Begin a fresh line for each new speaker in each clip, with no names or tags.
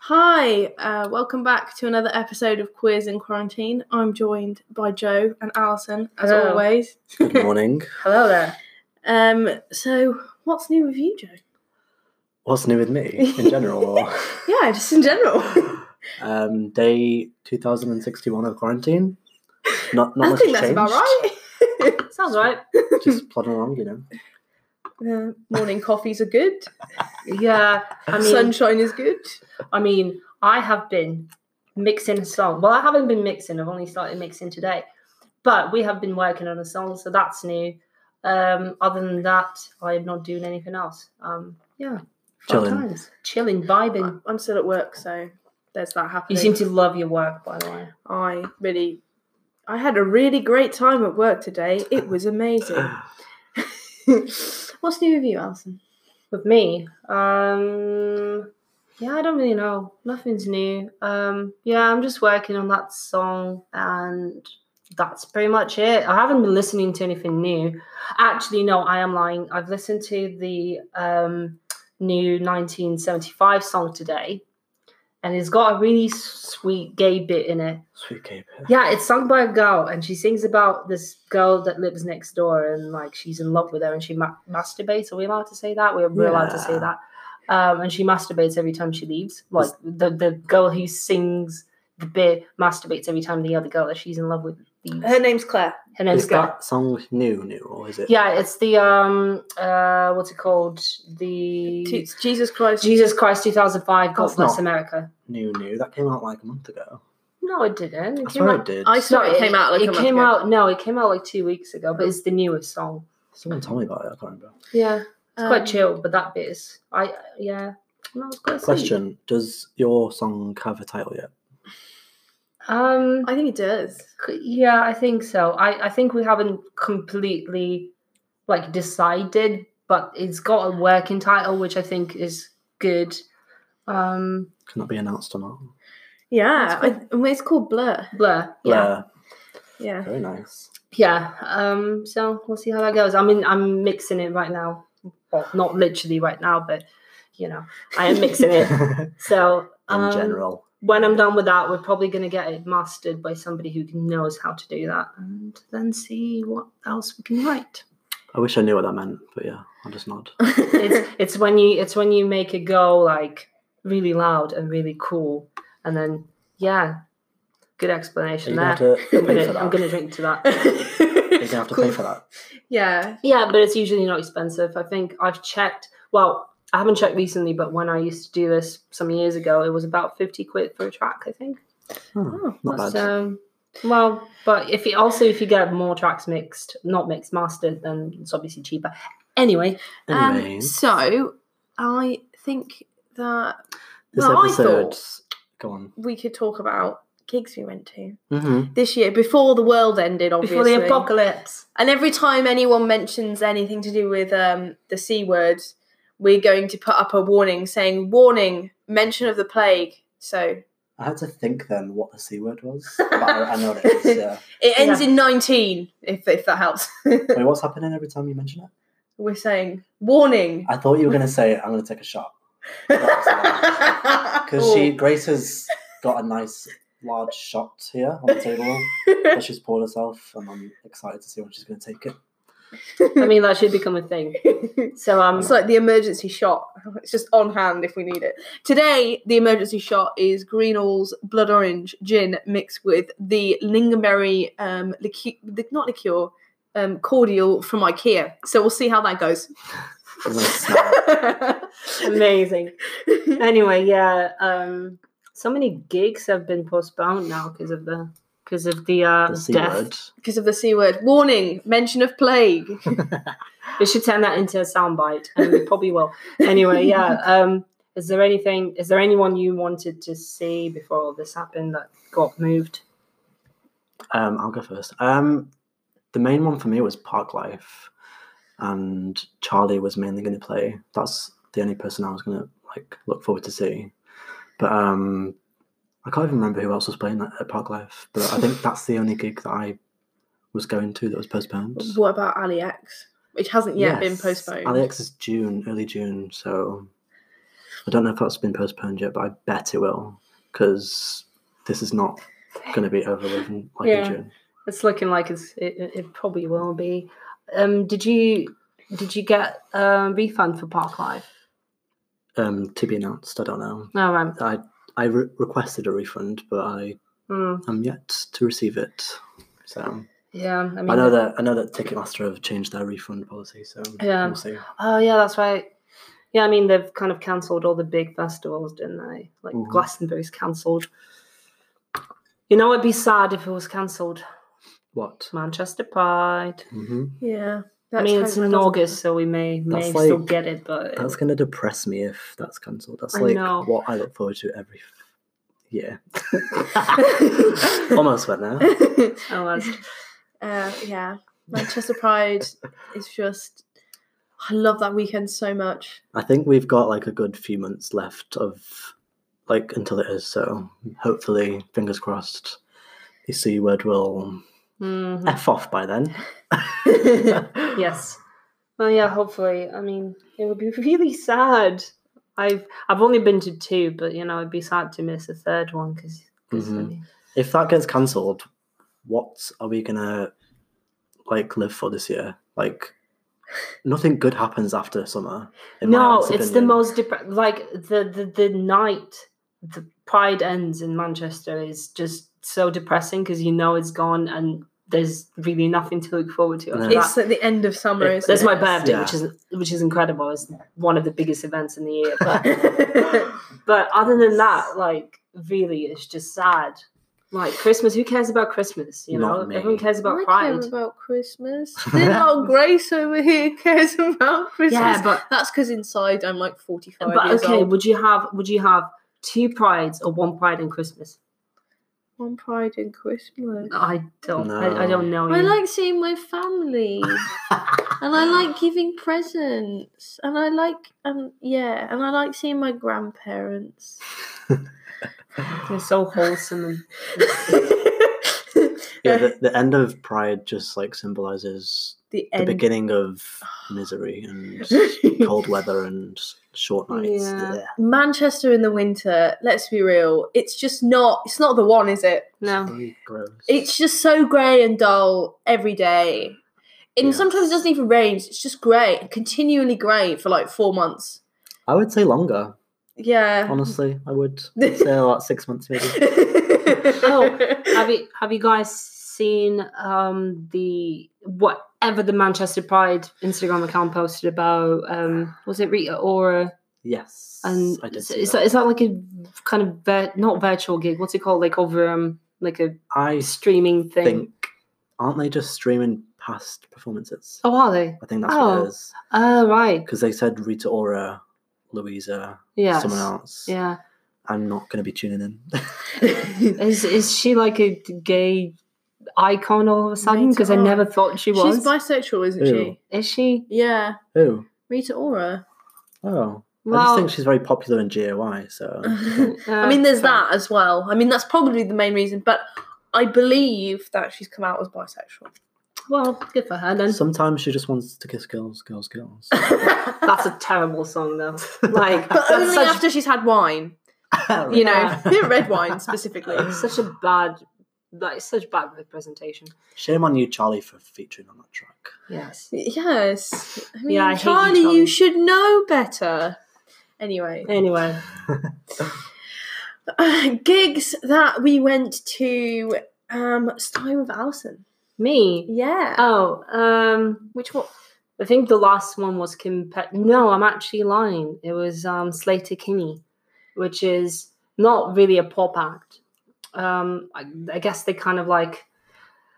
Hi, uh, welcome back to another episode of Queers in Quarantine. I'm joined by Joe and Alison, as
Hello.
always.
Good morning.
Hello there.
Um, so, what's new with you, Joe?
What's new with me in general? or-
Yeah, just in general.
um, day 2061 of quarantine. Not, not
I
much
think
has
that's about
changed.
right.
Sounds right.
Just plodding along, you know.
Mm.
Uh, morning coffees are good.
Yeah. I mean,
Sunshine is good.
I mean, I have been mixing a song. Well, I haven't been mixing. I've only started mixing today, but we have been working on a song, so that's new. Um, other than that, I am not doing anything else. Um, yeah. Fun
Chilling.
Times. Chilling, vibing.
I'm still at work, so there's that
You
happening.
seem to love your work, by the way.
I really, I had a really great time at work today. It was amazing. what's new with you, Alison?
With me, um, yeah, I don't really know. Nothing's new. Um, yeah, I'm just working on that song, and that's pretty much it. I haven't been listening to anything new. Actually, no, I am lying. I've listened to the um, new 1975 song today, and it's got a really sweet gay bit in it.
Sweet cape.
Yeah, it's sung by a girl, and she sings about this girl that lives next door, and like she's in love with her, and she ma- masturbates. Are we allowed to say that? We're, we're allowed to say
Yeah.
that. Um, and she masturbates every time she leaves. Like
Is-
the the girl who sings the bit masturbates every time the other girl that she's in love with leaves.
Her name's Claire.
Her name's
Is
Gar-
that song new, new, or is it?
Yeah, it's the um uh what's it called? The
Toots, Jesus Christ.
Jesus Christ 2005 God
That's
Bless
not-
America.
New, new. That came out like a month ago.
No, it didn't. It
I
came
swear it
out.
did.
I saw it, came out like
it
a month
came
ago.
out. No, it came out like two weeks ago, but it's the newest song.
Someone told me about it. I can't remember.
Yeah, it's quite
Um,
chill, but that bit is I yeah. No, it's quite sweet.
Question: Does your song have a title yet?
Um,
I think it does.
c- yeah, I think so. I I think we haven't completely like decided, but it's got a working title, which I think is good. Um,
Can that be announced or not?
Yeah,
That's
I, well, it's called Blur.
blur. Yeah.
Yeah.
Very nice.
Yeah. Um, so we'll see how that goes. I mean, I'm mixing it right now. Well, not literally right now, but you know, I am mixing it.
In
So um,
general.
when I'm done with that, we're probably going to get it mastered by somebody who knows how to do that and then see what else we can write.
I wish I knew what that meant, but yeah, I'll just nod.
It's it's when you it's when you make a go like really loud and really cool and then yeah. Good
Are
explanation
you gonna have
there.
to
I'm
pay for
gonna,
that?
I'm gonna drink to that.
You're gonna have to pay for that.
Yeah.
Yeah, but it's usually not expensive. I think I've checked. Well, I haven't checked recently, but when I used to do this some years ago, it was about fifty quid for a track. I think.
Oh,
Oh,
not bad.
So, well, but if you also if you get more tracks mixed, not mixed mastered, then it's obviously cheaper. Anyway,
Um,
Anyways,
so I think that
this
well, I
episode.
thought-
Go on.
we could talk about gigs we went to
Mm-hmm.
this year before the world ended, obviously.
before the apocalypse,
And every time anyone mentions anything to do with um, the C word, we're going to put up a warning saying, warning, mention of the plague. So
I had to think then what the c word was, but I, I know what it is. Yeah.
it ends in 19, if, if that helps.
Wait, what's happening every time you mention it?
we're saying, warning.
I thought you were gonna say I'm gonna take a shot because she
Oh.
Grace has got a nice large shot here on the table that she's poured herself, and I'm excited to see when she's gonna take it.
I mean that should become a thing.
it's
So um,
like the emergency shot. It's just on hand if we need it. Today, the emergency shot is Greenall's blood orange gin mixed with the lingonberry um liqueur, not liqueur, um cordial from IKEA. So we'll see how that goes.
I'm gonna snap.
amazing. Anyway, yeah, um, so many gigs have been postponed now because of the because of the uh
The c
death.
word.
Because of the C word. Warning, mention of plague.
We should turn that into a soundbite, and we probably will. Anyway, yeah. Um, is there anything? Is there anyone you wanted to see before all this happened that got moved?
Um, I'll go first. Um, the main one for me was Park Life, and Charlie was mainly going to play. That's the only person I was going to like look forward to see. But um, I can't even remember who else was playing at- at Park Life. But I think that's the only gig that I was going to that was postponed.
what about AliEx? Which hasn't yet been
Yes,
postponed.
Alex is June, early June, so I don't know if that's been postponed yet, but I bet it will because this is not going to be over with in, like
Yeah.
in June.
It's looking like it's, it, it it probably will be. Um, did you did you get a refund for Park Life?
Um, to be announced. I don't know.
No, I'm.
I I re- requested a refund, but I
Mm,
am yet to receive it. So
yeah, I mean.
I know that I know that Ticketmaster have changed their refund policy. So
Yeah.
we'll see.
Oh yeah, that's right. Yeah, I mean they've kind of cancelled all the big festivals, didn't they? Like
Mhm.
Glastonbury's cancelled. You know, it'd be sad if it was cancelled.
What?
Manchester Pride.
hmm
Yeah.
I mean, it's in August, so we may may
That's
still
like-
get it, but
That's gonna depress me if that's cancelled. That's
I
like
know.
what I look forward to every f- year. Almost went there.
Almost.
uh, yeah, Manchester Pride is just. I love that weekend so much.
I think we've got like a good few months left of like until it is. So hopefully, fingers crossed, the C word will
Mhm.
f off by then.
yes. Well, yeah. Hopefully, I mean, it would be really sad. I've I've only been to two, but you know, it'd be sad to miss a third one because
Mhm. If that gets cancelled, what are we gonna like live for this year? Like nothing good happens after summer. in my
no,
honest
it's the
opinion.
most dep- like the, the the night the pride ends in Manchester is just so depressing because you know it's gone and there's really nothing to look forward to. after
Yeah.
It's
that.
at the end of summer.
It-
isn't
There's
it?
my birthday,
Yeah.
which is which is incredible. It's one of the biggest events in the year. But
yeah,
but other than that, like really, it's just sad. Like Christmas, who cares about Christmas? You know,
Not me.
everyone cares
I
about
care
Pride.
about Christmas. Then old Grace over here cares about Christmas.
Yeah, but
That's because inside I'm like 45
but
years
okay,
old.
would you have would you have two prides or one pride in Christmas?
One pride in Christmas.
I don't. I, I
No.
don't know.
I
you.
like seeing my family, and I like giving presents, and I like um yeah, and I like seeing my grandparents.
They're so wholesome. And,
yeah, the, the end of Pride just like symbolizes
the
the
end.
beginning of misery and cold weather and short nights.
Yeah.
Blech.
Manchester in the winter. Let's be real. It's just not. It's not the one, is it?
no,
Very gross.
It's just so grey and dull every day. And
Yeah.
sometimes it doesn't even rain. It's just grey, continually grey for like four months.
I would say longer.
Yeah.
Honestly, I would say about six months maybe.
Oh,
have you have you guys seen um the whatever the Manchester Pride Instagram account posted about? Um, was it Rita Ora?
Yes,
And
I did.
is,
See
is
that.
that is that like a kind of vir- not virtual gig? What's it called? Like over um like a
I
streaming thing?
think aren't they just streaming past performances?
Oh, are they?
I think that's
Oh.
what it is
Oh, right.
because they said Rita Ora, Louisa,
Yeah.
someone else.
Yeah.
I'm not going to be tuning in.
Is is she like a gay icon all of a sudden?
Rita
Because I
Ora.
never thought she was.
She's bisexual, isn't
Ew.
she?
is she?
Yeah.
Who?
Rita Ora.
Oh, I
Well, uh,
just think she's very popular in GOI. So
I mean, there's that as well. I mean, that's probably the main reason, but I believe that she's come out as bisexual.
Well, good for her then.
sometimes she just wants to kiss girls, girls, girls.
That's a terrible song though. Like,
but
that's
only
such,
after she's had wine, you know,
Yeah.
red wine specifically.
such a bad, like such bad representation.
Shame on you, Charlie, for featuring on that track.
Yes.
Yes. I mean,
Yeah, I hate you,
Charlie, you,
Charlie.
should know better. Anyway,
Anyway,
gigs that we went to, um, starting with Alison.
me.
Yeah.
Oh, um,
Which one?
I think the last one was compa- No, I'm actually lying. It was um, Slater Kinney, which is not really a pop act. Um, I, I guess they kind of like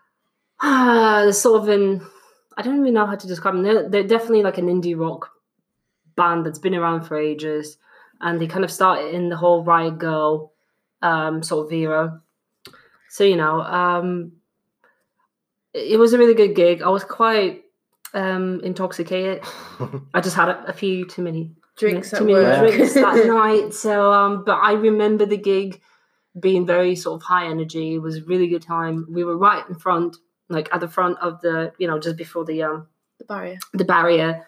uh, sort of an. I don't even know how to describe them. They're, they're definitely like an indie rock band that's been around for ages, and they kind of started in the whole Riot Girl um, sort of era. So you know, um, it it was a really good gig. I was quite um, intoxicated. I just had a, a few too many
Drinks
too
at
many
work.
drinks that night. So, um, but I remember the gig being very sort of high energy. It was a really good time. We were right in front, like at the front of the, you know, just before the um
The barrier.
the barrier.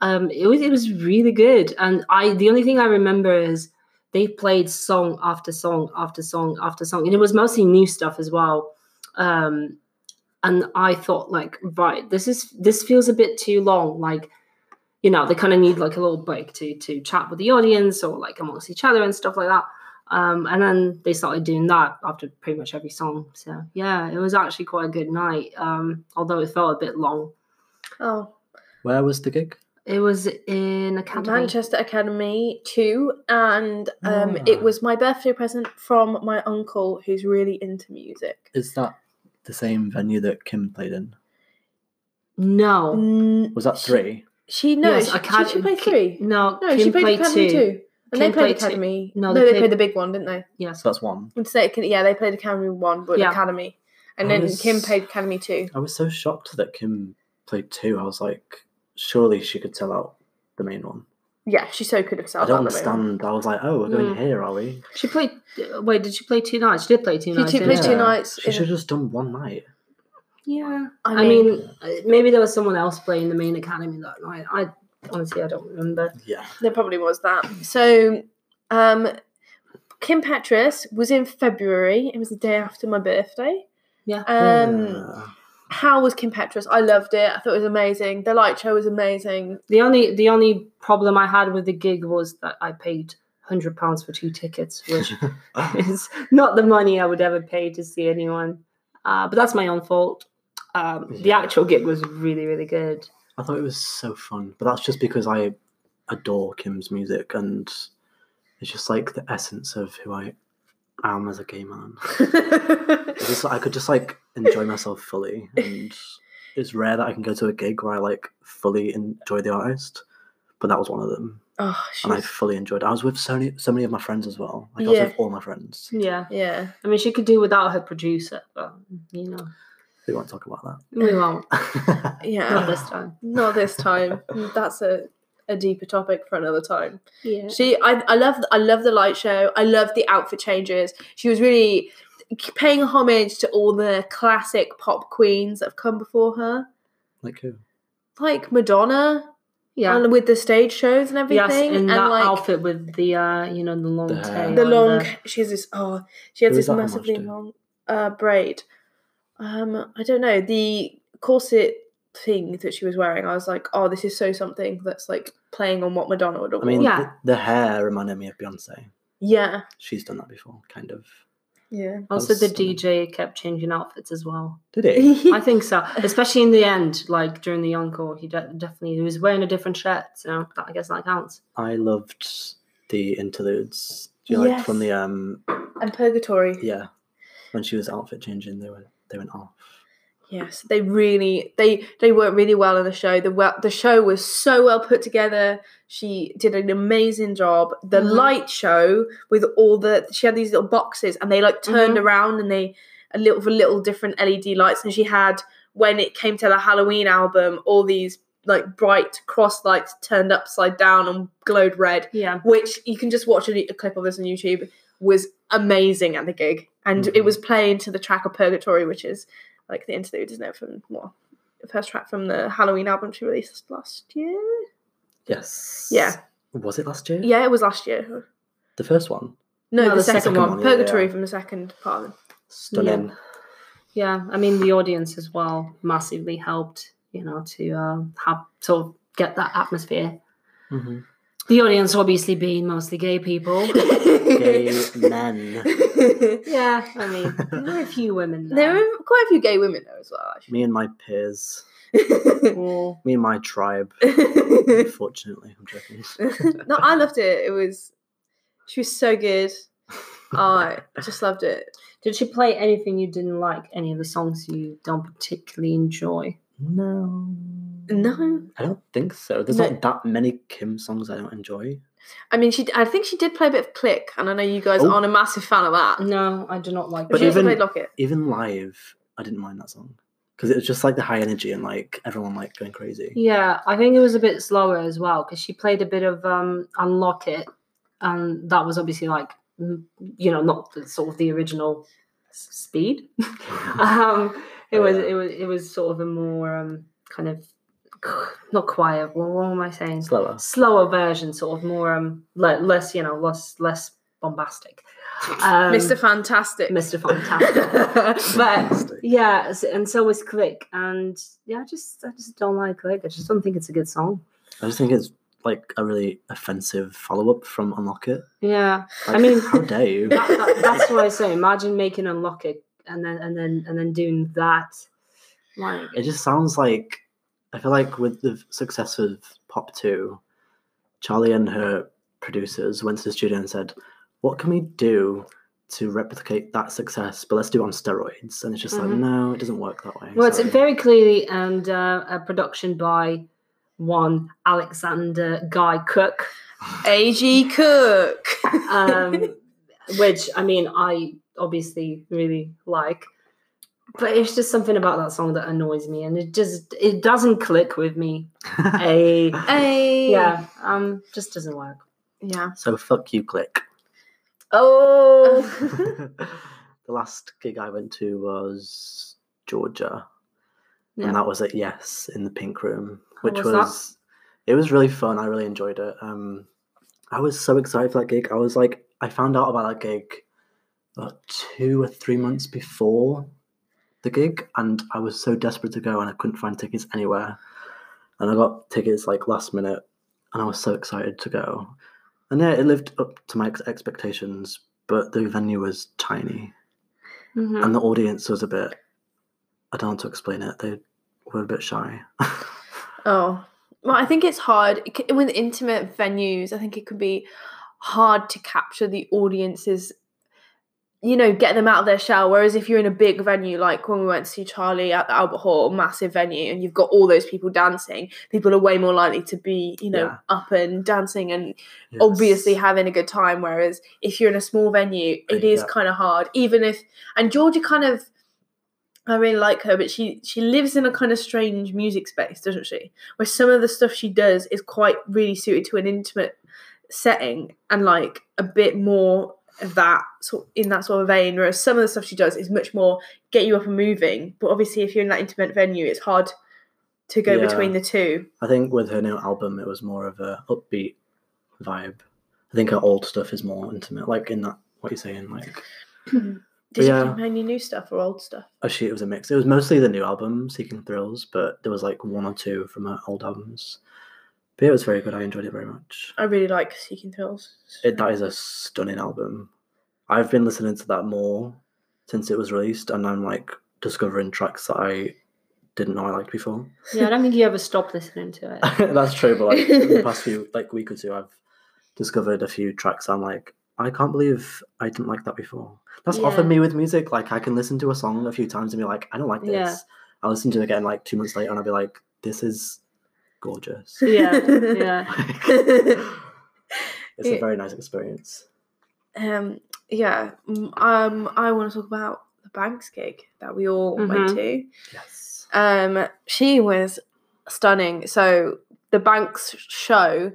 Um, it was it was really good, and I the only thing I remember is they played song after song after song after song, and it was mostly new stuff as well. Um, and I thought like, right, this is this feels a bit too long. Like, you know, they kind of need like a little break to to chat with the audience or like amongst each other and stuff like that. Um, and then they started doing that after pretty much every song. So yeah, it was actually quite a good night, um, although it felt a bit long.
Oh,
Where was the gig?
It was in Academy.
Manchester Academy 2. And um,
Ah.
it was my birthday present from my uncle who's really into music.
Is that the same venue that Kim played in?
No,
Mm,
Was that
she-
three?
She, knows.
Yes,
she,
Acad-
she played
Ki-
three.
No,
No, she played, Academy 2. And
Kim
they played
played two.
Academy.
No,
No,
they
they,
played-
played the big one, didn't they?
Yes.
So that's one.
Would say, yeah, they played Academy 1, but
Yeah.
Academy. And
I
then
was-
Kim played Academy 2.
I was so shocked that Kim played two. I was like, surely she could sell out the main one.
Yeah, she so could have
I
sold
don't
out the room.
understand. I was like, oh, we're going
Mm.
here, are we?
She played. uh, Wait, did she play two nights? She did play two
She
nights.
did play
didn't
two
she?
nights.
She
in-
should have just done one night.
Yeah.
I
I
mean,
mean, uh, maybe there was someone else playing the main academy that night. I honestly, I don't remember.
Yeah.
there probably was that. So, um, Kim Petras was in February. It was the day after my birthday.
Yeah.
Um,
Yeah.
how was Kim Petras? I loved it. I thought it was amazing. The light show was amazing.
The only the only problem I had with the gig was that I paid hundred pounds for two tickets, which is not the money I would ever pay to see anyone. Uh, but that's my own fault. Um, The
Yeah.
actual gig was really really good.
I thought it was so fun, but that's just because I adore Kim's music and it's just like the essence of who I am as a gay man.
Oh,
It's just, I could just like enjoy myself fully, and it's rare that I can go to a gig where I like fully enjoy the artist. But that was one of them,
oh,
and I
she's,
fully enjoyed. it. I was with so many, so many of my friends as well. Like I was
Yeah.
with all my friends.
Yeah,
yeah.
I mean, she could do without her producer, but you know,
We won't talk about
we won't.
that.
Not
Yeah.
this time.
Not this time. That's a, a deeper topic for another time.
Yeah.
She, I, I love, I love the light show. I love the outfit changes. She was really paying homage to all the classic pop queens that have come before her,
like who?
like Madonna,
Yeah.
and with the stage shows and everything,
Yes, in
and
that
like
outfit with the uh, you know, the long
The hair.
tail.
the
and
long. She has this. Oh, she has
Who
this
is that homage
massively
to?
long uh, braid. Um, I don't know the corset thing that she was wearing. I was like, oh, this is so something that's like playing on what Madonna would have.
I mean,
worn.
Yeah.
the, the hair reminded me of Beyonce.
yeah,
She's done that before, kind of.
yeah.
Also, the
That's stunning.
DJ kept changing outfits as well.
Did it?
I think so, especially in the end, like during the encore, he de- definitely he was wearing a different shirt. So that, I guess that counts.
I loved the interludes. Do you like from
Yes.
the um
and Purgatory.
yeah when she was outfit changing they were they went off.
Yes, they really they they worked really well in the show. The well, the show was so well put together. She did an amazing job. The
Mhm.
light show with all the she had these little boxes and they like turned around and they a little for little different LED lights and she had when it came to the Halloween album all these like bright cross lights turned upside down and glowed red,
Yeah.
which you can just watch a, a clip of this on YouTube was amazing at the gig and it
Mhm.
was playing to the track of Purgatory, which is like the interlude, isn't it? From well, the first track from the Halloween album she released last year.
Yes.
Yeah.
Was it last year?
Yeah, it was last year.
The first one.
No,
No,
the,
the
second,
second
one,
one, yeah,
Purgatory
yeah.
from the second part.
Stunning.
Yeah. I mean, the audience as well massively helped, you know, to uh, have sort of get that atmosphere.
hmm
The audience obviously being mostly gay people.
Gay men.
yeah. I mean, there were a few women.
there
There.
were quite a few gay women there as well, actually.
Me and my peers.
Well,
Me and my tribe. Unfortunately, I'm joking.
no, I loved it. It was she was so good. I just loved it.
Did she play anything you didn't like? Any of the songs you don't particularly enjoy?
No.
No.
I don't think so. There's
No.
not that many Kim songs I don't enjoy.
I mean, she. I think she did play a bit of Click, and I know you guys
Oh.
aren't a massive fan of that.
No, I do not like.
But
But
she
that.
also
even-
played Locket.
Even live, I didn't mind that song because it was just like the high energy and like everyone like going crazy.
Yeah, I think it was a bit slower as well because she played a bit of um, Unlock It, and that was obviously like, mm, you know, not the, sort of the original s- speed. um, it
Oh,
was
yeah.
it was it was sort of a more um, kind of not quiet. What, what am I saying?
Slower.
Slower version, sort of more um, le- less, you know, less less bombastic. Um,
Mr. Fantastic.
Mr. Fantastic. but
Fantastic.
yeah, s- and so is Click, and yeah, I just I just don't like Click. I just don't think it's a good song.
I just think it's like a really offensive follow up from Unlock It.
Yeah,
Like,
I mean-
how dare you?
that, that- that's what I say. Imagine making Unlock It, and then and then and then doing that. Like,
It just sounds like I feel like with the success of Pop Two, Charlie and her producers went to the studio and said, "What can we do to replicate that success? But let's do it on steroids." And it's just like,
Mhm.
no, it doesn't work that way.
well, it's
sorry.
very clearly and uh, a production by one Alexander Guy Cook.
A.G. Cook.
um, which I mean, I obviously really like, but it's just something about that song that annoys me, and it just it doesn't click with me. A
Hey.
yeah, um, just doesn't work.
Yeah.
so fuck you, Click.
Oh,
the last gig I went to was Georgia,
Yeah.
and that was at Yes in the Pink Room, which
was
was,
that?
it was really fun. I really enjoyed it. Um, I was so excited for that gig. I was like, I found out about that gig about two or three months before the gig, and I was so desperate to go, and I couldn't find tickets anywhere, and I got tickets like last minute, and I was so excited to go. And yeah, it lived up to my ex- expectations, but the venue was tiny
Mm-hmm.
Mhm.
and the audience was a bit i don't know how to explain it they were a bit shy
Oh. Well, I think it's hard it c- with intimate venues. I think it can be hard to capture the audience's, you know, get them out of their shell. Whereas if you're in a big venue, like when we went to see Charlie at the Albert Hall, massive venue, and you've got all those people dancing, people are way more likely to be, you know,
Yeah.
up and dancing and obviously
Yes.
having a good time. Whereas if you're in a small venue, it
Right,
is
yeah.
kind of hard. Even if and Georgia kind of, I really like her, but she she lives in a kind of strange music space, doesn't she? Where some of the stuff she does is quite really suited to an intimate setting and like a bit more of that sort in that sort of vein. Whereas some of the stuff she does is much more get you up and moving. But obviously, if you're in that intimate venue, it's hard to go
Yeah.
between the two.
i think with her new album it was more of a upbeat vibe i think her old stuff is more intimate like in that what you're saying like
Did you
Yeah.
play any new stuff or old stuff?
actually oh it was a mix it was mostly the new album seeking thrills but there was like one or two from her old albums but it was very good i enjoyed it very much
I really like Seeking Thrills.
it, that is a stunning album i've been listening to that more since it was released and i'm like discovering tracks that i didn't know i liked before
yeah, I don't think you ever stop listening to it.
That's true, but like in the past few like week or two, I've discovered a few tracks. I'm like, I can't believe I didn't like that before. That's often
Yeah.
me with music. Like I can listen to a song a few times and be like, I don't like this.
Yeah.
I'll listen to it again like two months later and I'll be like, this is gorgeous.
Yeah, yeah.
it's
Yeah.
a very nice experience.
um, yeah. mm, Um, I want to talk about the Banks gig that we all went to.
Yes.
Um, she was stunning. So the Banks show,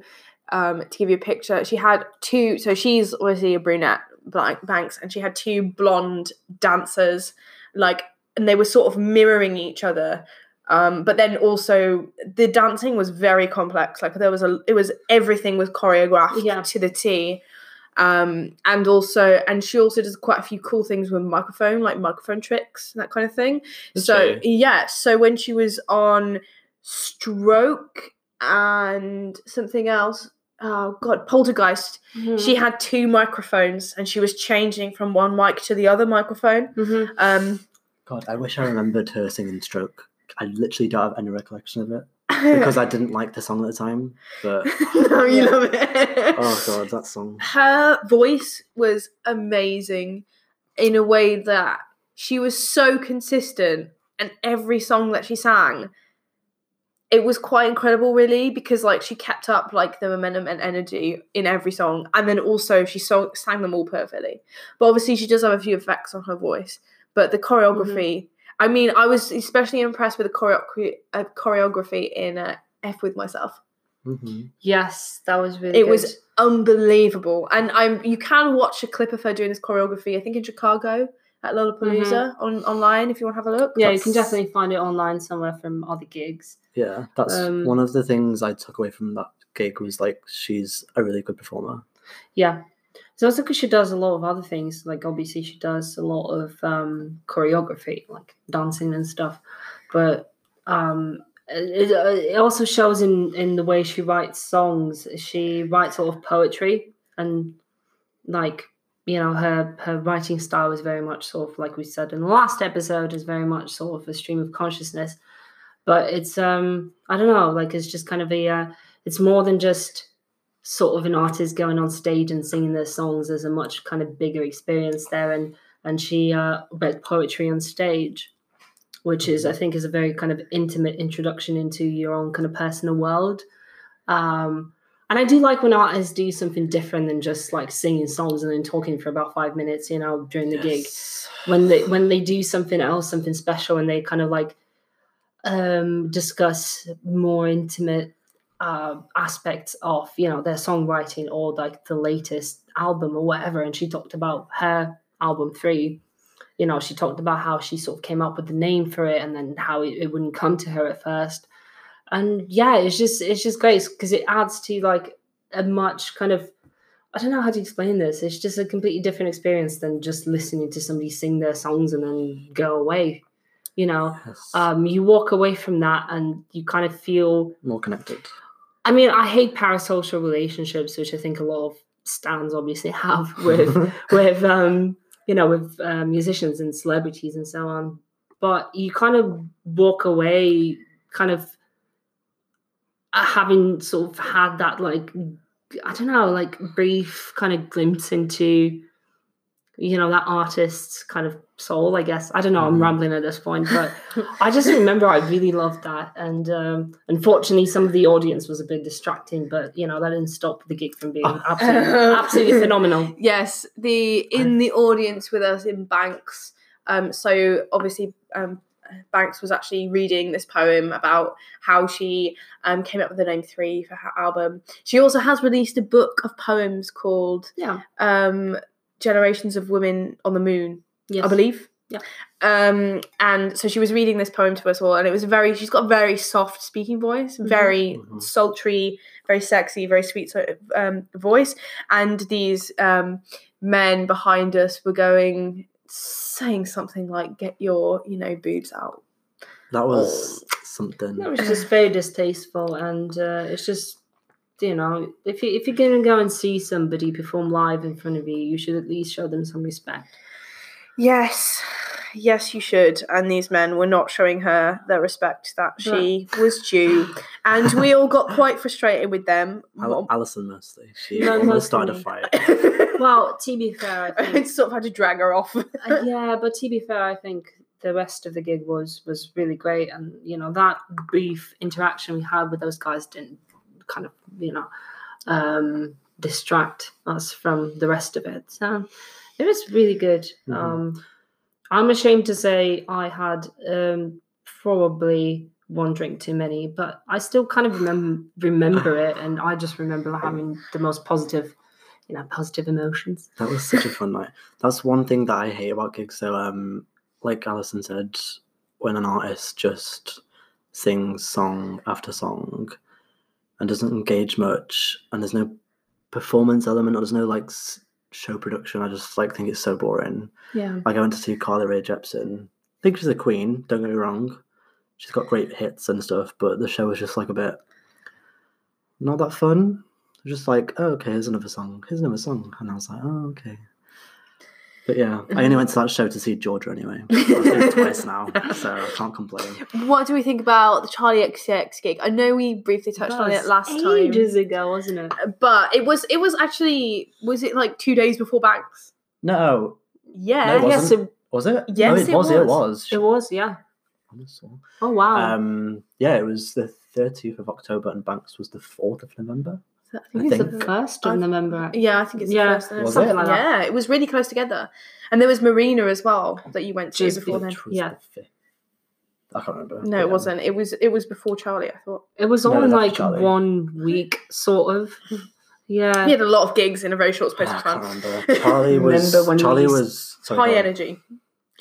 um, to give you a picture, she had two. So she's obviously a brunette, like Banks, and she had two blonde dancers, like, and they were sort of mirroring each other. Um, but then also the dancing was very complex. Like there was a, it was everything was choreographed
Yeah.
to the T. Um, and also, and she also does quite a few cool things with microphone, like microphone tricks and that kind of thing.
Does
so
she?
yeah, so when she was on Stroke and something else, oh god, Poltergeist, she
Mm.
had two microphones and she was changing from one mic to the other microphone.
Mhm.
Um,
God, I wish I remembered her singing Stroke. I literally don't have any recollection of it because I didn't like the song at the time. But
now you love it.
oh god, that song.
her voice was amazing in a way that she was so consistent and every song that she sang it was quite incredible really because like she kept up like the momentum and energy in every song and then also she so- sang them all perfectly but obviously she does have a few effects on her voice but the choreography i mean i was especially impressed with the choreo- uh, choreography in uh, f with myself
hmm
Yes, that was really.
it
good.
was unbelievable and i'm you can watch a clip of her doing this choreography i think in chicago at Lollapalooza on, online if you want to have a look.
Mm-hmm. Yeah, you can
That's-
definitely find it online somewhere from other gigs.
Yeah, that's
Um,
one of the things I took away from that gig was like she's a really good performer.
Yeah. It's also because she does a lot of other things. Like obviously she does a lot of um, choreography, like dancing and stuff. But um, it, it also shows in in the way she writes songs. She writes a lot of poetry, and like you know her her writing style is very much sort of like we said in the last episode is very much sort of a stream of consciousness. But it's um I don't know like it's just kind of a uh, it's more than just sort of an artist going on stage and singing their songs. There's a much kind of bigger experience there, and and she uh, read poetry on stage, which is I think is a very kind of intimate introduction into your own kind of personal world. Um, and I do like when artists do something different than just like singing songs and then talking for about five minutes, you know, during the gig when they when they do something else something special and they kind of like um discuss more intimate uh, aspects of you know their songwriting or like the latest album or whatever and she talked about her album three you know she talked about how she sort of came up with the name for it and then how it, it wouldn't come to her at first and yeah it's just it's just great because it adds to like a much kind of I don't know how to explain this. It's just a completely different experience than just listening to somebody sing their songs and then go away. You know,
Yes.
um, you walk away from that and you kind of feel.
More connected.
I mean, I hate parasocial relationships, which I think a lot of stands obviously have with with um, you know with uh, musicians and celebrities and so on. But you kind of walk away, kind of uh, having sort of had that like I don't know, like brief kind of glimpse into you know that artist's kind of soul. I guess I don't know. I'm
Mhm.
rambling at this point, but I just remember I really loved that. And um, unfortunately, some of the audience was a bit distracting, but you know that didn't stop the gig from being absolutely, absolutely phenomenal.
Yes, the in the audience with us in Banks. Um, so obviously, um, Banks was actually reading this poem about how she um, came up with the name Three for her album. She also has released a book of poems called
Yeah.
um, "Generations of Women on the Moon,"
Yes.
I believe.
Yeah.
Um, and so she was reading this poem to us all, and it was very. She's got a very soft speaking voice,
Mhm.
very
Mhm.
sultry, very sexy, very sweet sort of, um, voice. And these um, men behind us were going, saying something like, "Get your, you know, boobs out."
That was
Oh.
something.
It was just very distasteful, and uh, it's just you know if you if you're gonna go and see somebody perform live in front of you, you should at least show them some respect.
Yes, yes, you should. And these men were not showing her the respect that she was due, and we all got quite frustrated with them.
Al- Alison mostly. She
No,
almost started a
mostly.
fight.
Well, to be fair, I
I
think
sort of had to drag her off.
Uh, yeah, but to be fair, I think the rest of the gig was was really great, and you know that brief interaction we had with those guys didn't kind of you know um, distract us from the rest of it. So it was really good.
Mhm.
Um, I'm ashamed to say I had um, probably one drink too many, but I still kind of remember remember it, and I just remember having the most positive, you know, positive emotions.
That was such a fun night. That's one thing that I hate about gigs. So, um, like Alison said, when an artist just sings song after song and doesn't engage much, and there's no performance element or there's no like s- show production, I just like think it's so boring.
Yeah.
Like I went to see Carly Rae Jepsen. I think she's a queen. Don't get me wrong. She's got great hits and stuff, but the show was just like a bit not that fun. Just like, oh, okay, here's another song. Here's another song, and I was like, oh, okay. But yeah, I only went to that show to see Georgia anyway. I've seen it twice now, so I can't complain.
What do we think about the Charlie XCX gig? I know we briefly touched on it last
ages ago, wasn't it?
time, but it was it was actually was it like two days before Banks?
No,
Yeah,
No, it
I guess
wasn't.
it,
was it?
Yes,
oh, it,
it
was, It
was.
was.
it was, yeah. Oh wow.
Um, yeah, it was the 30th of October, and Banks was the 4th of November.
I
I
think
think
I
it's
think-
the first
I-
of November.
yeah, I think it's
Yeah,
the first.
was
something
it?
like that.
yeah, it was really close together, and there was Marina as well that you went to
Just
before then.
Which was
yeah.
the fifth. I can't remember.
No,
but,
it
um,
wasn't. It was it was before Charlie. I thought
It was
No,
all in
that's
like
Charlie.
one week, sort of. Yeah.
he had a lot of gigs in a very short space
Ah,
of
I can't
time.
remember. Charlie was
Remember when we
Charlie
used-
was sorry,
High
go on.
energy.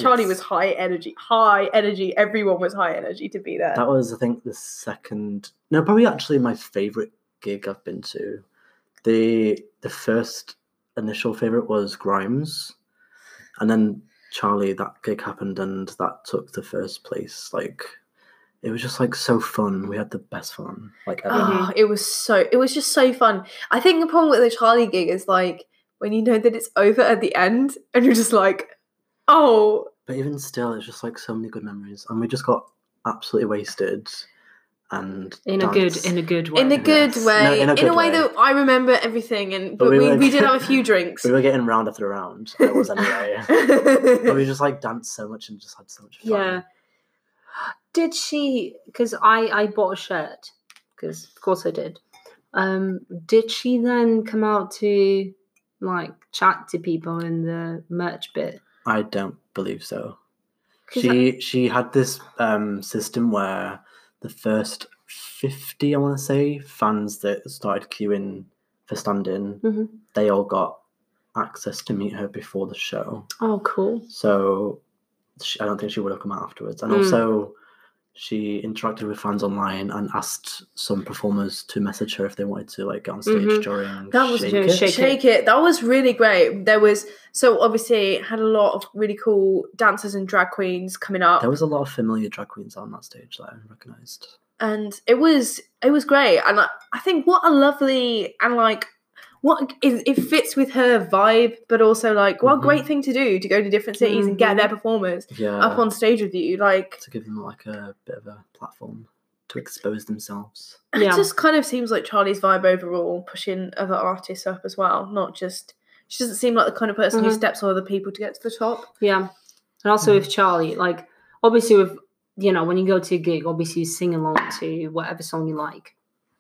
Charlie
Yes.
was high energy, high energy. Everyone was high energy to be there.
That was, I think, the second. No, probably actually my favorite gig I've been to. the The first initial favorite was Grimes, and then Charlie. That gig happened, and that took the first place. Like, it was just like so fun. We had the best fun. Like, ever.
Mhm.
Oh, it was so it was just so fun. I think the problem with the Charlie gig is like when you know that it's over at the end and you're just like, oh,
but even still, it's just like so many good memories, and we just got absolutely wasted. And
in a good
danced.
in a good way.
in a good
Yes. No,
way,
in
in
a
a,
good
way,
way.
that I remember everything. And
But
but,
we
we,
were-
we, did have a few drinks.
we were getting round after round. It was anyway. but we just like danced so much and just had so much fun.
Yeah. Did she? Because I I bought a shirt. Because of course I did. Um, did she then come out to like chat to people in the merch bit?
I don't believe so.
'Cause I-
She she had this um, system where the first fifty, I want to say, fans that started queuing for stand-in,
Mhm.
they all got access to meet her before the show.
Oh, cool.
So she, I don't think she would have come out afterwards. And
Hmm.
Mm.
also, she interacted with fans online and asked some performers to message her if they wanted to like get on stage
Mhm.
during
Mm-hmm. That was
Shake
during
It.
Shake
Shake it. That was really great. There was so obviously it had a lot of really cool dancers and drag queens coming up.
There was a lot of familiar drag queens on that stage that I recognised.
and it was it was great and I, I think what a lovely and like what it, it fits with her vibe but also like what
Mhm.
a great thing to do to go to different cities and get their
Mhm.
performers
Mm. Yeah.
up on stage with you like
to give them like a bit of a platform to expose themselves.
Yeah.
it just kind of seems like charlie's vibe overall pushing other artists up as well not just she doesn't seem like the kind of person
Mm-hmm.
Mhm.
who steps on other people to get to the top
Yeah. And also
Hmm.
with Charlie, like obviously with you know, when you go to a gig, obviously you sing along to whatever song you like.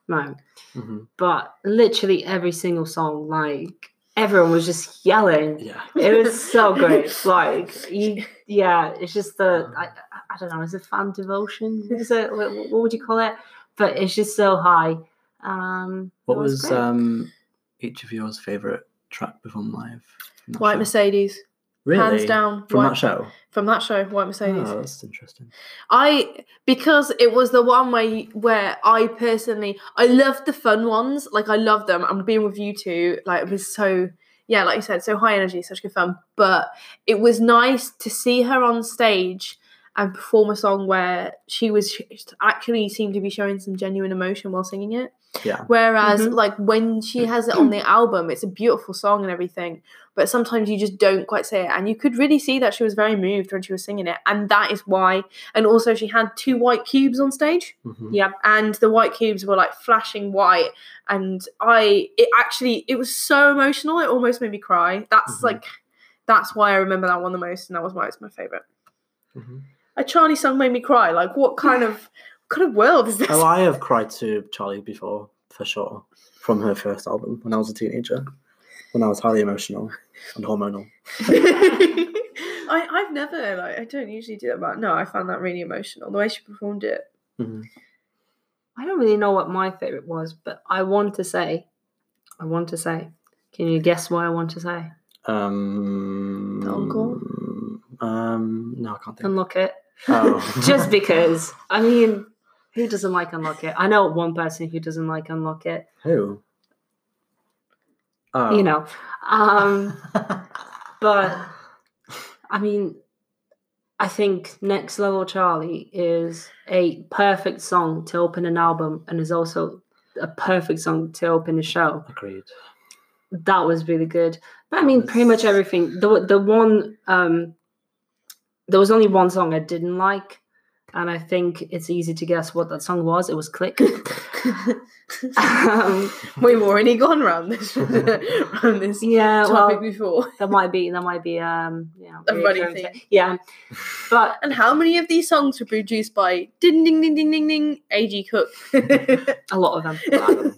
No.
Mm-hmm.
But literally every single song, like everyone was just yelling.
Yeah,
It was so great. Like you, yeah, it's just the
Hmm.
I, I- I don't know, is it fan devotion? Is it what, what would you call it? But it's just so high. Um
what
it
was,
great.
um each of yours favorite track performed live? from that
white
show?
mercedes
really?
hands down
from
white,
that show.
from that show white mercedes
Oh, that's interesting.
I because it was the one where you- where I personally I loved the fun ones. Like I love them. I'm being with you two. Like it was so yeah, like you said, so high energy, such good fun. But it was nice to see her on stage and perform a song where she was she actually seemed to be showing some genuine emotion while singing it.
Yeah.
Whereas
Mhm.
like when she has it on the album, it's a beautiful song and everything, but sometimes you just don't quite see it. And you could really see that she was very moved when she was singing it, and that is why. And also, she had two white cubes on stage,
Mhm.
Yeah.
and the white cubes were like flashing white. And I, it actually, it was so emotional. It almost made me cry. That's
Mhm.
like, that's why I remember that one the most, and that was why it's my favorite.
Mhm.
A Charlie song made me cry. Like, what kind of, what kind of world is this?
Oh, I have cried to Charlie before for sure from her first album when I was a teenager. When I was highly emotional and hormonal.
I, I've never like I don't usually do that, but no, I found that really emotional. The way she performed it,
Mhm.
I don't really know what my favorite was, but I want to say, I want to say. Can you guess what I want to say?
Um,
uncle?
Um, no, I can't think.
Unlock it.
Oh.
Just because. I mean, who doesn't like unlock it? I know one person who doesn't like unlock it.
Who? Oh.
You know. Um, but I mean, I think Next Level Charlie is a perfect song to open an album and is also a perfect song to open a show.
Agreed.
that was really good. But I mean, pretty
was-
much everything. The the one um, there was only one song I didn't like, and I think it's easy to guess what that song was. It was "Click." um,
we've already gone round this round this
yeah,
topic
well,
before.
that might be that might be um, you know,
A running
reoccurring
thing.
Yeah, but
And how many of these songs were produced by ding ding ding ding ding ding AG Cook?
a lot of them.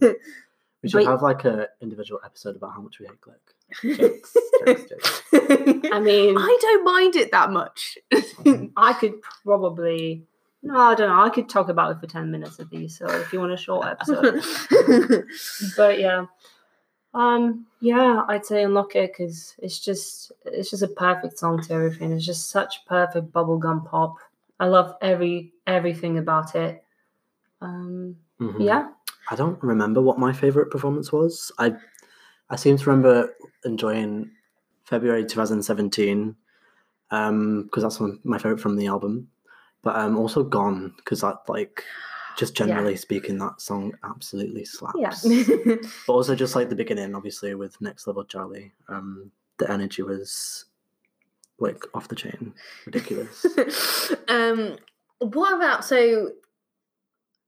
We should
Wait.
have like an individual episode about how much we hate Glick. Jokes, jokes, jokes.
I mean,
I don't mind it that much.
I could probably. No, I don't know. I could talk about it for ten minutes at least. So if you want a short episode, but yeah, Um, yeah, I'd say unlock it because it's just it's just a perfect song to everything. It's just such perfect bubblegum pop. I love every everything about it. Um,
Mhm.
yeah,
I don't remember what my favorite performance was. I I seem to remember enjoying February 2017 um because that's one my favorite from the album. But um also Gone because that like just
Yeah.
generally speaking that song absolutely slaps.
Yeah.
but also just like the beginning obviously with Next Level Charlie um the energy was like off the chain ridiculous.
um, what about so?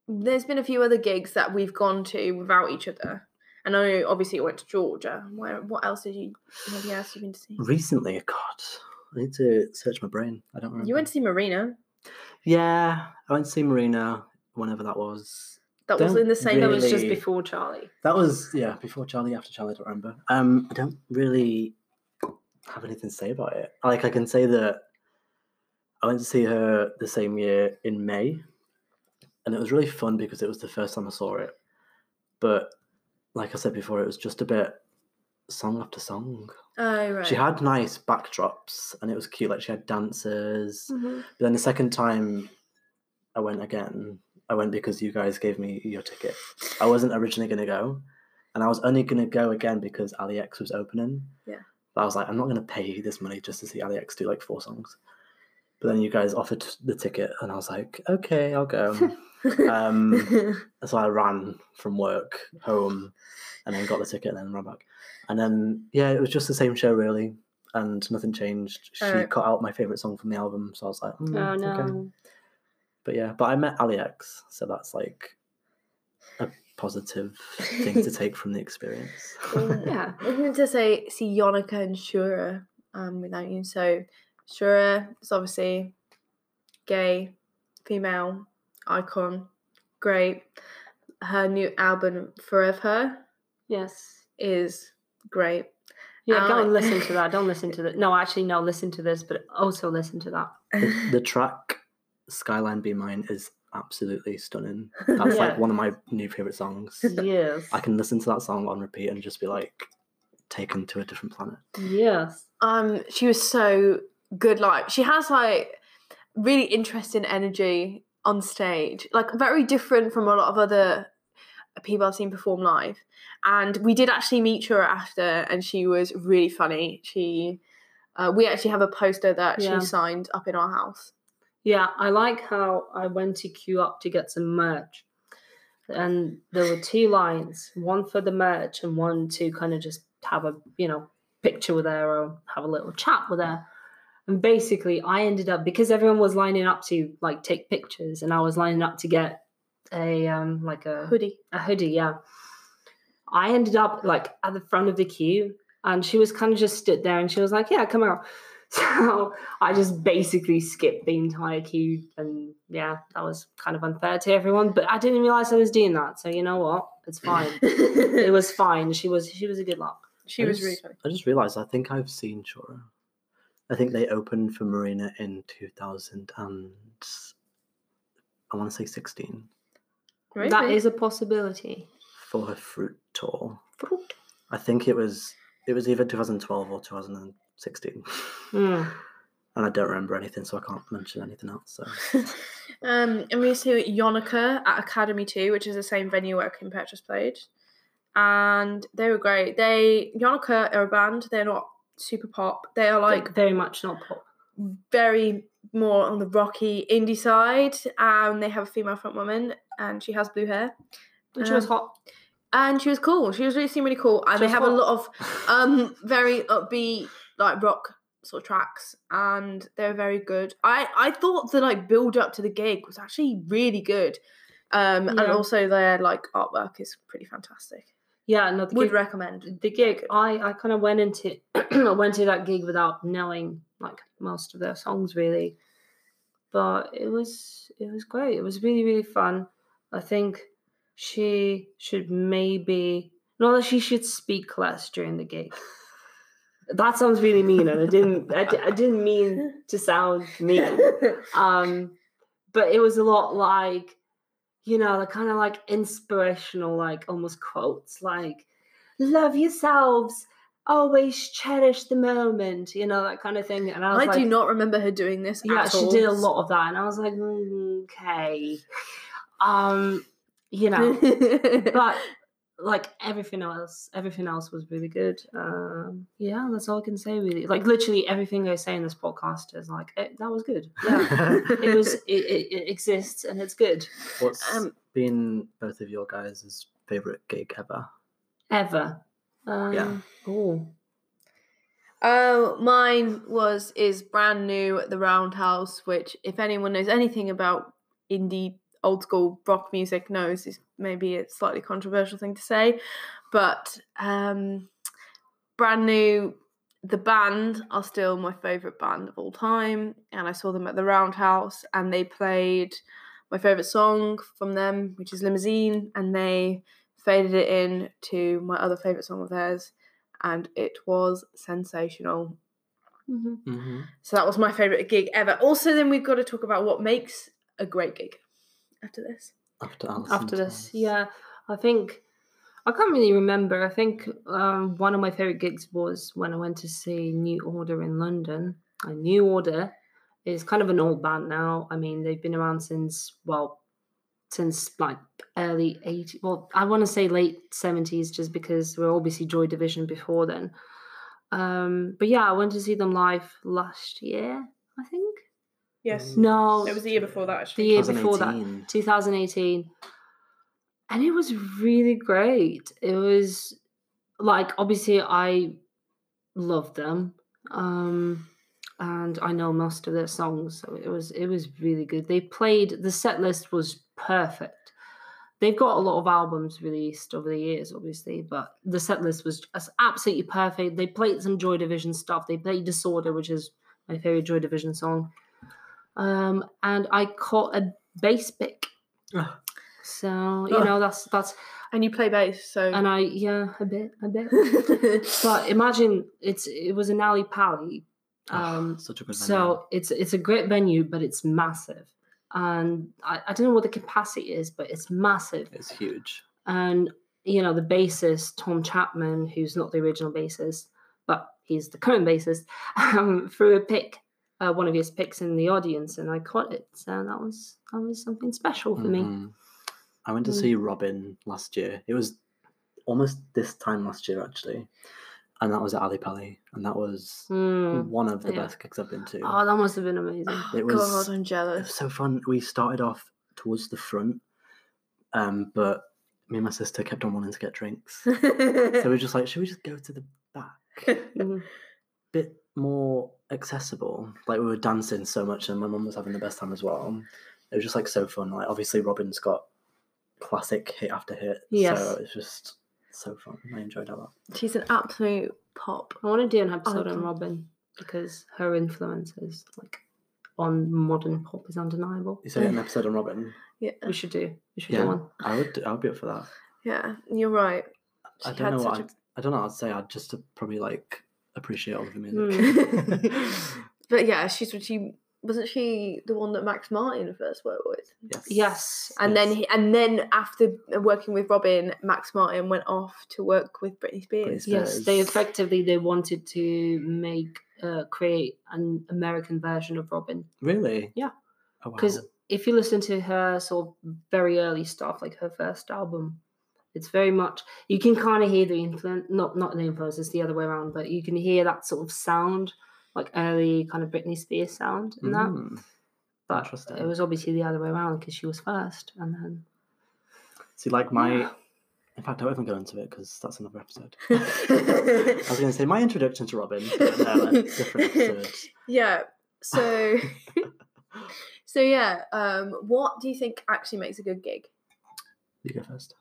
There's been a few other gigs that we've gone to without each other. And I know, obviously, you went to Georgia. Where? What else did you? What else have you been to see?
Recently, God, I need to search my brain. I don't remember.
You went to see Marina.
Yeah, I went to see Marina whenever that was.
That was
Don't
in the same.
that was just
Really?
before Charlie.
That was yeah before Charlie, after Charlie. I don't remember. Um, I don't really have anything to say about it. Like I can say that I went to see her the same year in May, and it was really fun because it was the first time I saw it. But like I said before, it was just a bit song after song.
Oh right.
She had nice backdrops, and it was cute. Like she had dancers.
Mhm.
But then the second time I went again, I went because you guys gave me your ticket. I wasn't originally going to go. And I was only going to go again because Ali X was opening.
Yeah.
But I was like, I'm not going to pay this money just to see Ali X do like four songs. But then you guys offered the ticket, and I was like, okay, I'll go. um, so I ran from work home and then got the ticket and then ran back. And then, yeah, it was just the same show, really. And nothing changed. She
Alright.
cut out my favourite song from the album. So I was like, "Mm,
oh no.
okay. But yeah, but I met Ali X. So that's like a positive thing to take from the experience.
Mm.
Yeah.
I wanted to say see Yonika and Shura um, without you. So Shura is obviously gay, female icon, great. Her new album Forever Her,
Yes.
is great.
Yeah, go
Uh,
Alex-
and listen to that. Don't listen to that. No, actually, no, listen to this, but also listen to that.
the, the track Skyline Be Mine is absolutely stunning. That's
Yeah.
like one of my new favourite songs.
Yes.
I can listen to that song on repeat and just be like taken to a different planet.
Yes.
um, she was so good. Like she has like really interesting energy on stage, like very different from a lot of other people I've seen perform live. And we did actually meet her after, and she was really funny. She, uh, we actually have a poster that
Yeah.
she signed up in our house.
Yeah, I like how I went to queue up to get some merch. And there were two lines, one for the merch and one to kind of just have a, you know, picture with her or have a little chat with her. And basically I ended up because everyone was lining up to like take pictures and I was lining up to get a um like a
Hoodie.
a hoodie, yeah. I ended up like at the front of the queue, and she was kind of just stood there, and she was like, "Yeah, come out." So I just basically skipped the entire queue, and yeah, that was kind of unfair to everyone. But I didn't realize I was doing that, so you know what? It's fine. it was fine. She was she was a good luck.
She
I
was
just-
really funny.
I just realised I think I've seen Shora. I think they opened for Marina in 2000 and I want to say 16
That
Maybe.
is a possibility.
for her fruit tour. I think it was it was either 2012 or 2016,
Mm.
and I don't remember anything, so I can't mention anything else. So
Um, and we see Yonika at Academy 2, which is the same venue where Kim Petras played. And they were great. They Yonika are a band, they're not super pop. They are like
Like very much not pop.
very more on the rocky indie side. And they have a female front woman and she has blue hair.
Which was
Um,
hot.
And she was cool. She was really seemed really cool. And
She
they
was
have a
hot.
lot of um very upbeat like rock sort of tracks and they're very good i i thought the like build up to the gig was actually really good um and
Yeah.
also their like artwork is pretty fantastic
Yeah, no, the
would
gig-
recommend
the gig i i kind of went into I went to that gig without knowing like most of their songs really but it was it was great it was really really fun i think she should maybe not that she should speak less during the gig that sounds really mean and i didn't I, di- I didn't mean to sound mean um but it was a lot like you know the kind of like inspirational like almost quotes like love yourselves, always cherish the moment, you know, that kind of thing. And I was
I
like,
do not remember her doing this.
yeah,
at
she
all.
did a lot of that, and I was like, "Mm, okay, um, you know, but like everything else, everything else was really good. Um, yeah, that's all I can say really. Like literally everything I say in this podcast is like eh, that was good. Yeah, it was, it, it, it exists, and it's good.
What's
Um,
been both of your guys' favorite gig ever?
Ever. Um,
Yeah.
Oh.
Oh, mine was is brand new at the Roundhouse, which if anyone knows anything about indie old school rock music knows is maybe a slightly controversial thing to say, but um, brand new. The band are still my favourite band of all time, and I saw them at the Roundhouse, and they played my favourite song from them, which is Limousine, and they faded it in to my other favourite song of theirs, and it was sensational.
hmm
Mm-hmm.
So that was my favourite gig ever. Also, then we've got to talk about what makes a great gig after this.
After Alison
After this,
tells.
yeah, I think I can't really remember. I think um, one of my favorite gigs was when I went to see New Order in London. And New Order is kind of an old band now. I mean, they've been around since well, since like early 80s. Well, I want to say late seventies, just because we're obviously Joy Division before then. Um, but yeah, I went to see them live last year. I think
Yes.
Mm.
no,
It was the year before that,
the
actually.
year before that.
2018.
2018 and it was really great it was like obviously i loved them um and i know most of their songs so it was it was really good they played the set list was perfect they've got a lot of albums released over the years obviously but the set list was just absolutely perfect they played some joy division stuff they played disorder which is my favorite joy division song um and i caught a bass pick
Ah.
so you
Ah.
know that's that's
And you play bass, so.
and i yeah a bit a bit but imagine it's it was an alley pally
Ah,
um
such a good
so it's it's a great venue but it's massive and I, I don't know what the capacity is but it's massive
venue. it's huge.
and you know the bassist Tom Chapman, who's not the original bassist, but he's the current bassist, um, threw a pick, uh, one of his picks in the audience, and I caught it. So that was that was something special for me.
Mhm. I went to
Mm.
see Robin last year. It was almost this time last year actually, and that was at Ali Pali, and that was
Mm.
one of the
Yeah.
best gigs I've been to.
Oh, that must have been amazing.
oh,
It was-
God, I'm
It
jealous.
was so fun. We started off towards the front, um, but me and my sister kept on wanting to get drinks. so we are just like, should we just go to the back?
Mhm.
Bit more accessible. Like we were dancing so much, and my mum was having the best time as well. It was just like so fun. Like obviously, Robin's got classic hit after hit.
Yes.
So it's just so fun. I enjoyed it a lot.
She's an absolute pop.
I want to do an episode
Oh,
on Robin because her influence is like on modern pop is undeniable.
You say an episode on Robin?
Yeah.
We should do. We should
Yeah.
do one.
I would. I would be up for that.
Yeah, you're right. She
I don't know
had
what.
such
I'd, I don't know. I'd say I'd just probably like appreciate all of the
Mm.
music.
Hmm.
But yeah, she's she wasn't she the one that Max Martin first worked with?
yes.
Yes.
And
Yes.
then he, and then after working with Robin, Max Martin went off to work with Britney Spears.
Yes, they
Yes.
effectively they wanted to make uh, create an American version of Robin
Really?
Yeah.
Oh, wow.
because if you listen to her sort of very early stuff, like her first album, it's very much you can kind of hear the influence, not not the influence, it's the other way around, but you can hear that sort of sound, like early kind of Britney Spears sound in that.
Mm.
But
interesting.
it was obviously the other way around because she was first, and then
See, like my. In fact, I won't even go into it because that's another episode. I was going to say my introduction to Robin. But no, that's a different episode.
yeah. So so yeah, um, what do you think actually makes a good gig?
You go first.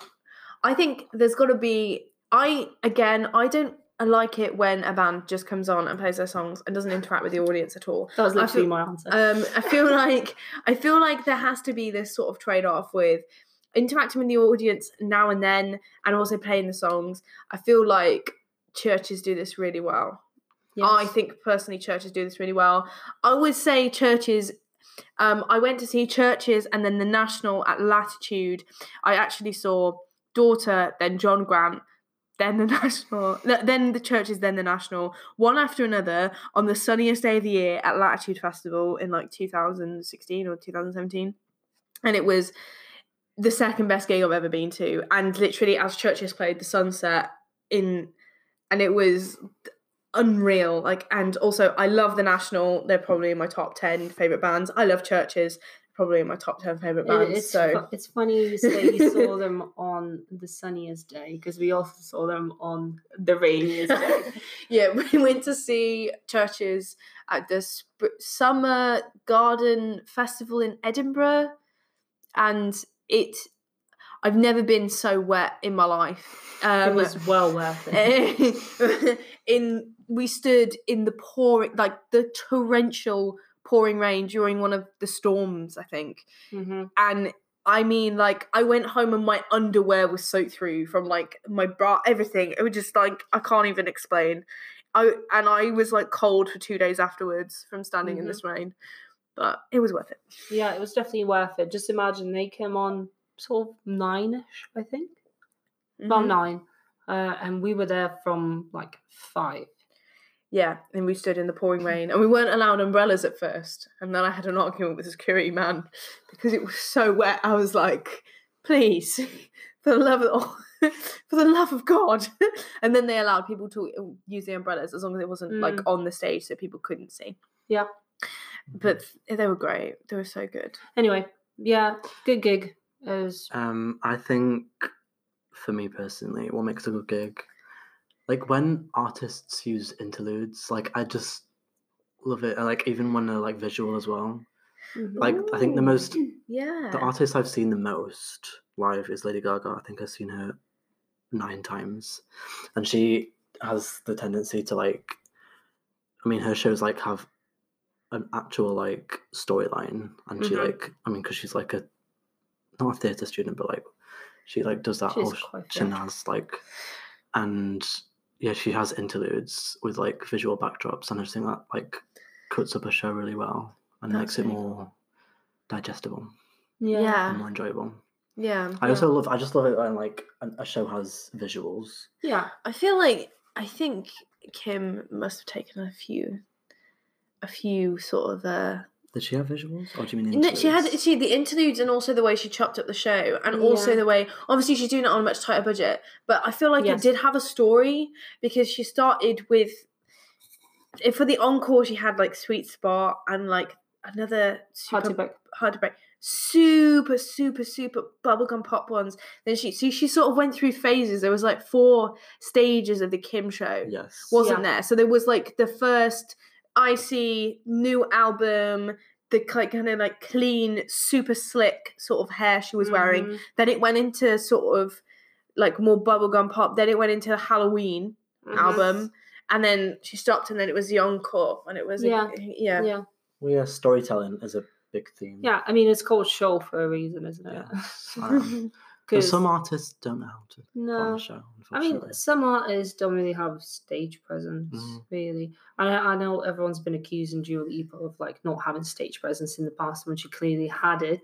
I think there's got to be. I again, I don't like it when a band just comes on and plays their songs and doesn't interact with the audience at all.
that was
I
literally
feel-
my answer.
Um, I feel like I feel like there has to be this sort of trade off with interacting with the audience now and then, and also playing the songs. I feel like churches do this really well. I
Yes.
think personally, churches do this really well. I would say churches. Um, I went to see churches and then the National at Latitude. I actually saw Daughter, then John Grant, then the national, th- then the churches, then the national, one after another on the sunniest day of the year at Latitude Festival in like 2016 or 2017. And it was the second best gig I've ever been to. And literally, as churches played, the sun set in, and it was unreal. Like, and also, I love the national. They're probably in my top 10 favorite bands. I love churches, probably in my top 10 favorite
It-
bands.
it's,
so.
fu- it's funny you say you saw them on the sunniest day because we also saw them on the rainiest day.
yeah, we went to see churches at the sp- Summer Garden Festival in Edinburgh, and it. I've never been so wet in my life. Um,
it was well worth it.
in we stood in the pouring, like the torrential pouring rain during one of the storms, I think,
hmm
and I mean, like, I went home and my underwear was soaked through from like my bra, everything. It was just like I can't even explain. I and I was like cold for two days afterwards from standing in
Mhm.
this rain, but it was worth it.
Yeah, it was definitely worth it. Just imagine they came on sort of nine ish, I think. About
Mm-hmm.
Mhm.
nine. Uh, and we were there from like five.
Yeah, and we stood in the
Mm-hmm.
pouring rain, and we weren't allowed umbrellas at first. And then I had an argument with the security man because it was so wet. I was like, "Please, for the love of for the love of God!" And then they allowed people to uh, use the umbrellas as long as it wasn't like
Mm.
on the stage, so people couldn't see.
Yeah.
but they were great. They were so good.
Anyway, yeah, good gig. It was
Um, I think for me personally, what makes a good gig, like when artists use interludes, like I just love it. And like even when they're like visual as well.
mm-hmm.
Like I think the most,
Yeah,
the artist I've seen the most live is Lady Gaga. I think I've seen her nine times, and she has the tendency to like, I mean, her shows like have an actual like storyline, and she
Mhm.
like, I mean, because she's like a not a theatre student, but like she like does that
She's
whole sh-
quite fit.
shenanigans like, and yeah, she has interludes with like visual backdrops, and I just think that like cuts up a show really well and
That's
makes it
really
more digestible
yeah.
and
yeah,
more enjoyable.
yeah.
I also love. I just love it when like an- a show has visuals.
Yeah.
I feel like I think Kim must have taken a few, a few sort of. Uh,
Did she have visuals, or do you mean?
No, she had
interludes?
she had the interludes and also the way she chopped up the show and also
Yeah.
the way obviously she's doing it on a much tighter budget but i feel like
Yes.
it did have a story because she started with if for the encore she had like sweet spot and like another
Hard to
super
break.
hard to break super super super bubblegum pop ones then she so she sort of went through phases there was like four stages of the kim show
Yes.
wasn't there. So there was like the first icy new album, the like kind of like clean, super slick sort of hair she was wearing.
Mhm.
Then it went into sort of like more bubblegum pop. Then it went into the Halloween
Mhm.
album. And then she stopped and then it was the encore and it was yeah.
Yeah.
yeah.
Yeah.
Well, yeah, storytelling is a big theme.
Yeah. I mean, it's called show for a reason, isn't it?
Yes. um, but
'Cause-
some artists don't know how
Uh,
to put on
no.
a show.
I
Unfortunately.
mean, some artists don't really have stage presence,
Mm.
really. I, I know everyone's been accusing Julie Epo of like not having stage presence in the past when she clearly had it.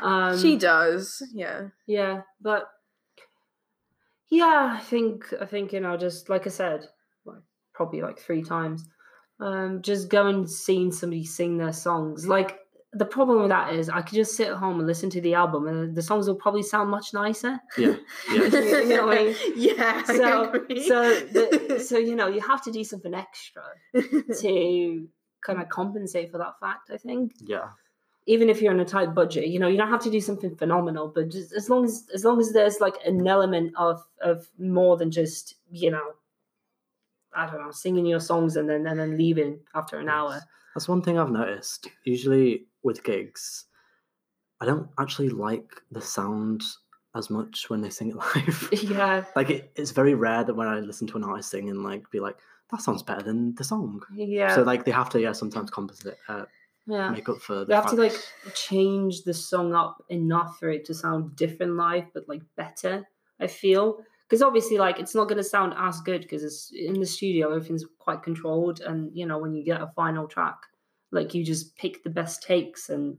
Um,
she does. Yeah.
yeah, but yeah, I think I think you know, just like I said, like probably like three times, um, just go and seeing somebody sing their songs. Like the problem with that is, I could just sit at home and listen to the album, and the songs will probably sound much nicer.
yeah. Yeah.
You know what I mean?
yeah. I
so
agree.
so the, so you know you have to do something extra to kind of compensate for that fact i think
Yeah.
even if you're on a tight budget you know you don't have to do something phenomenal but just as long as as long as there's like an element of of more than just you know i don't know singing your songs and then and then leaving after an hour
Yes. That's one thing I've noticed. Usually with gigs, I don't actually like the sound as much when they sing it live.
yeah
like it, it's very rare that when I listen to an artist sing and like be like, that sounds better than the song.
yeah
So like they have to yeah sometimes compensate uh,
yeah
make up for the
they have to
fact-
like change the song up enough for it to sound different live but like better i feel because obviously like it's not going to sound as good because it's in the studio everything's quite controlled and you know when you get a final track like you just pick the best takes and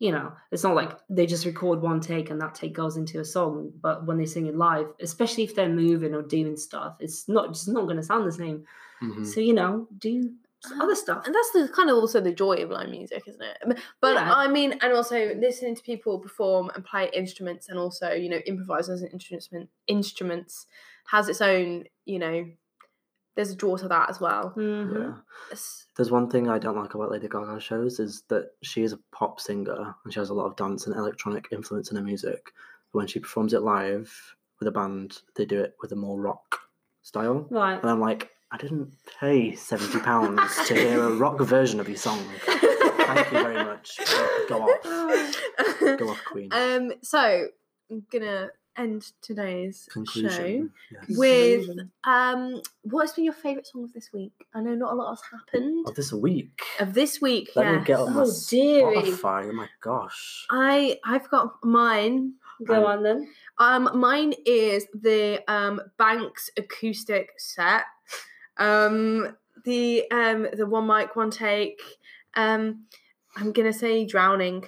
you know, it's not like they just record one take and that take goes into a song. But when they sing it live, especially if they're moving or doing stuff, it's not just not going to sound the same.
Mhm.
So you know, do some other stuff.
And that's the kind of also the joy of live music, isn't it? M- But
Yeah.
I mean, and also listening to people perform and play instruments, and also you know improvise as an instrument instruments has its own you know. There's a draw to that as well.
Mhm.
Yeah.
It's-
There's one thing I don't like about Lady Gaga shows is that she is a pop singer and she has a lot of dance and electronic influence in her music. But when she performs it live with a band, they do it with a more rock style.
Right.
And I'm like, I didn't pay seventy pounds to hear a rock version of your song. Thank you very much. Go off. Go off, Queen.
um. So I'm gonna end today's
Conclusion.
show
Yes.
with um. What's been your favourite song of this week? I know not a lot has happened
Of Oh, this week.
of this week.
Let
yes.
me get on my
Oh, dearie.
Spotify. Oh my gosh.
I I've got mine.
Go on then.
Um, mine is the um Banks acoustic set. Um, the um the one mic one take. Um, I'm gonna say drowning.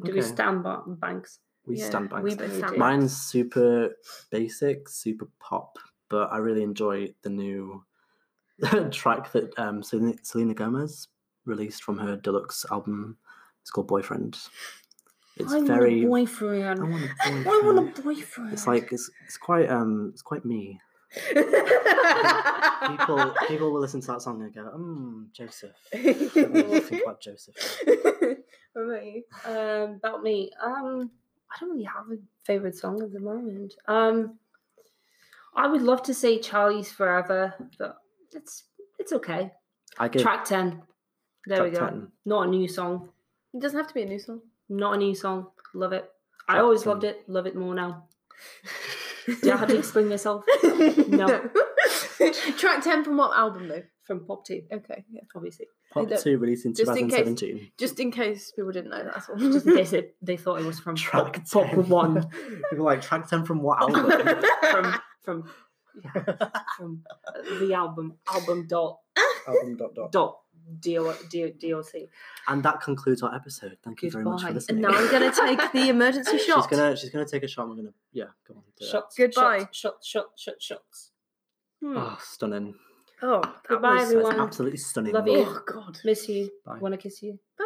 Do we
Okay.
stand by banks?
We
Yeah,
stand by.
we both
We
stand
do.
by.
Mine's super basic, super pop, but I really enjoy the new track that um, Selena, Selena Gomez released from her deluxe album. It's called Boyfriend. It's
I
very.
want a boyfriend. I
I want a boyfriend.
want a boyfriend.
It's like uh, it's, it's quite um it's quite me. People people will listen to that song and go, "Hmm, Joseph." What do you think about Joseph?
What about you? Um, about me. Um, I don't really have a favorite song at the moment. Um, I would love to say Charlie's Forever, but it's it's okay.
I give
Track ten. There we go.
Track 10.
Not a new song.
It doesn't have to be a new song.
Not a new song. Love it. I
Track
always
10.
loved it. Love it more now. Do I have to explain myself? No.
Track ten from what album though?
From Pop Two,
Okay, yeah.
obviously.
Pop
don't-
Two released in
just in case-
2017.
Just in case people didn't know, that's all.
Just in case it, they thought it was from
Track
Pop, Pop
10.
One.
People are like track ten from what album?
from from from uh, the album album dot
album dot
dot
dot.
doc doc.
And that concludes our episode. Thank you very much for
Goodbye.
and
listening.
now I'm gonna take the emergency shot.
she's gonna she's gonna take a shot. and We're gonna yeah, go on. Do it.
Shots.
Goodbye.
Shots, shots, shots, shots, shots.
Hmm.
Oh, stunning!
Oh, that
Goodbye,
was-
everyone.
Absolutely stunning.
Love you.
Oh God.
Miss you.
Bye.
Want to kiss you.
Bye.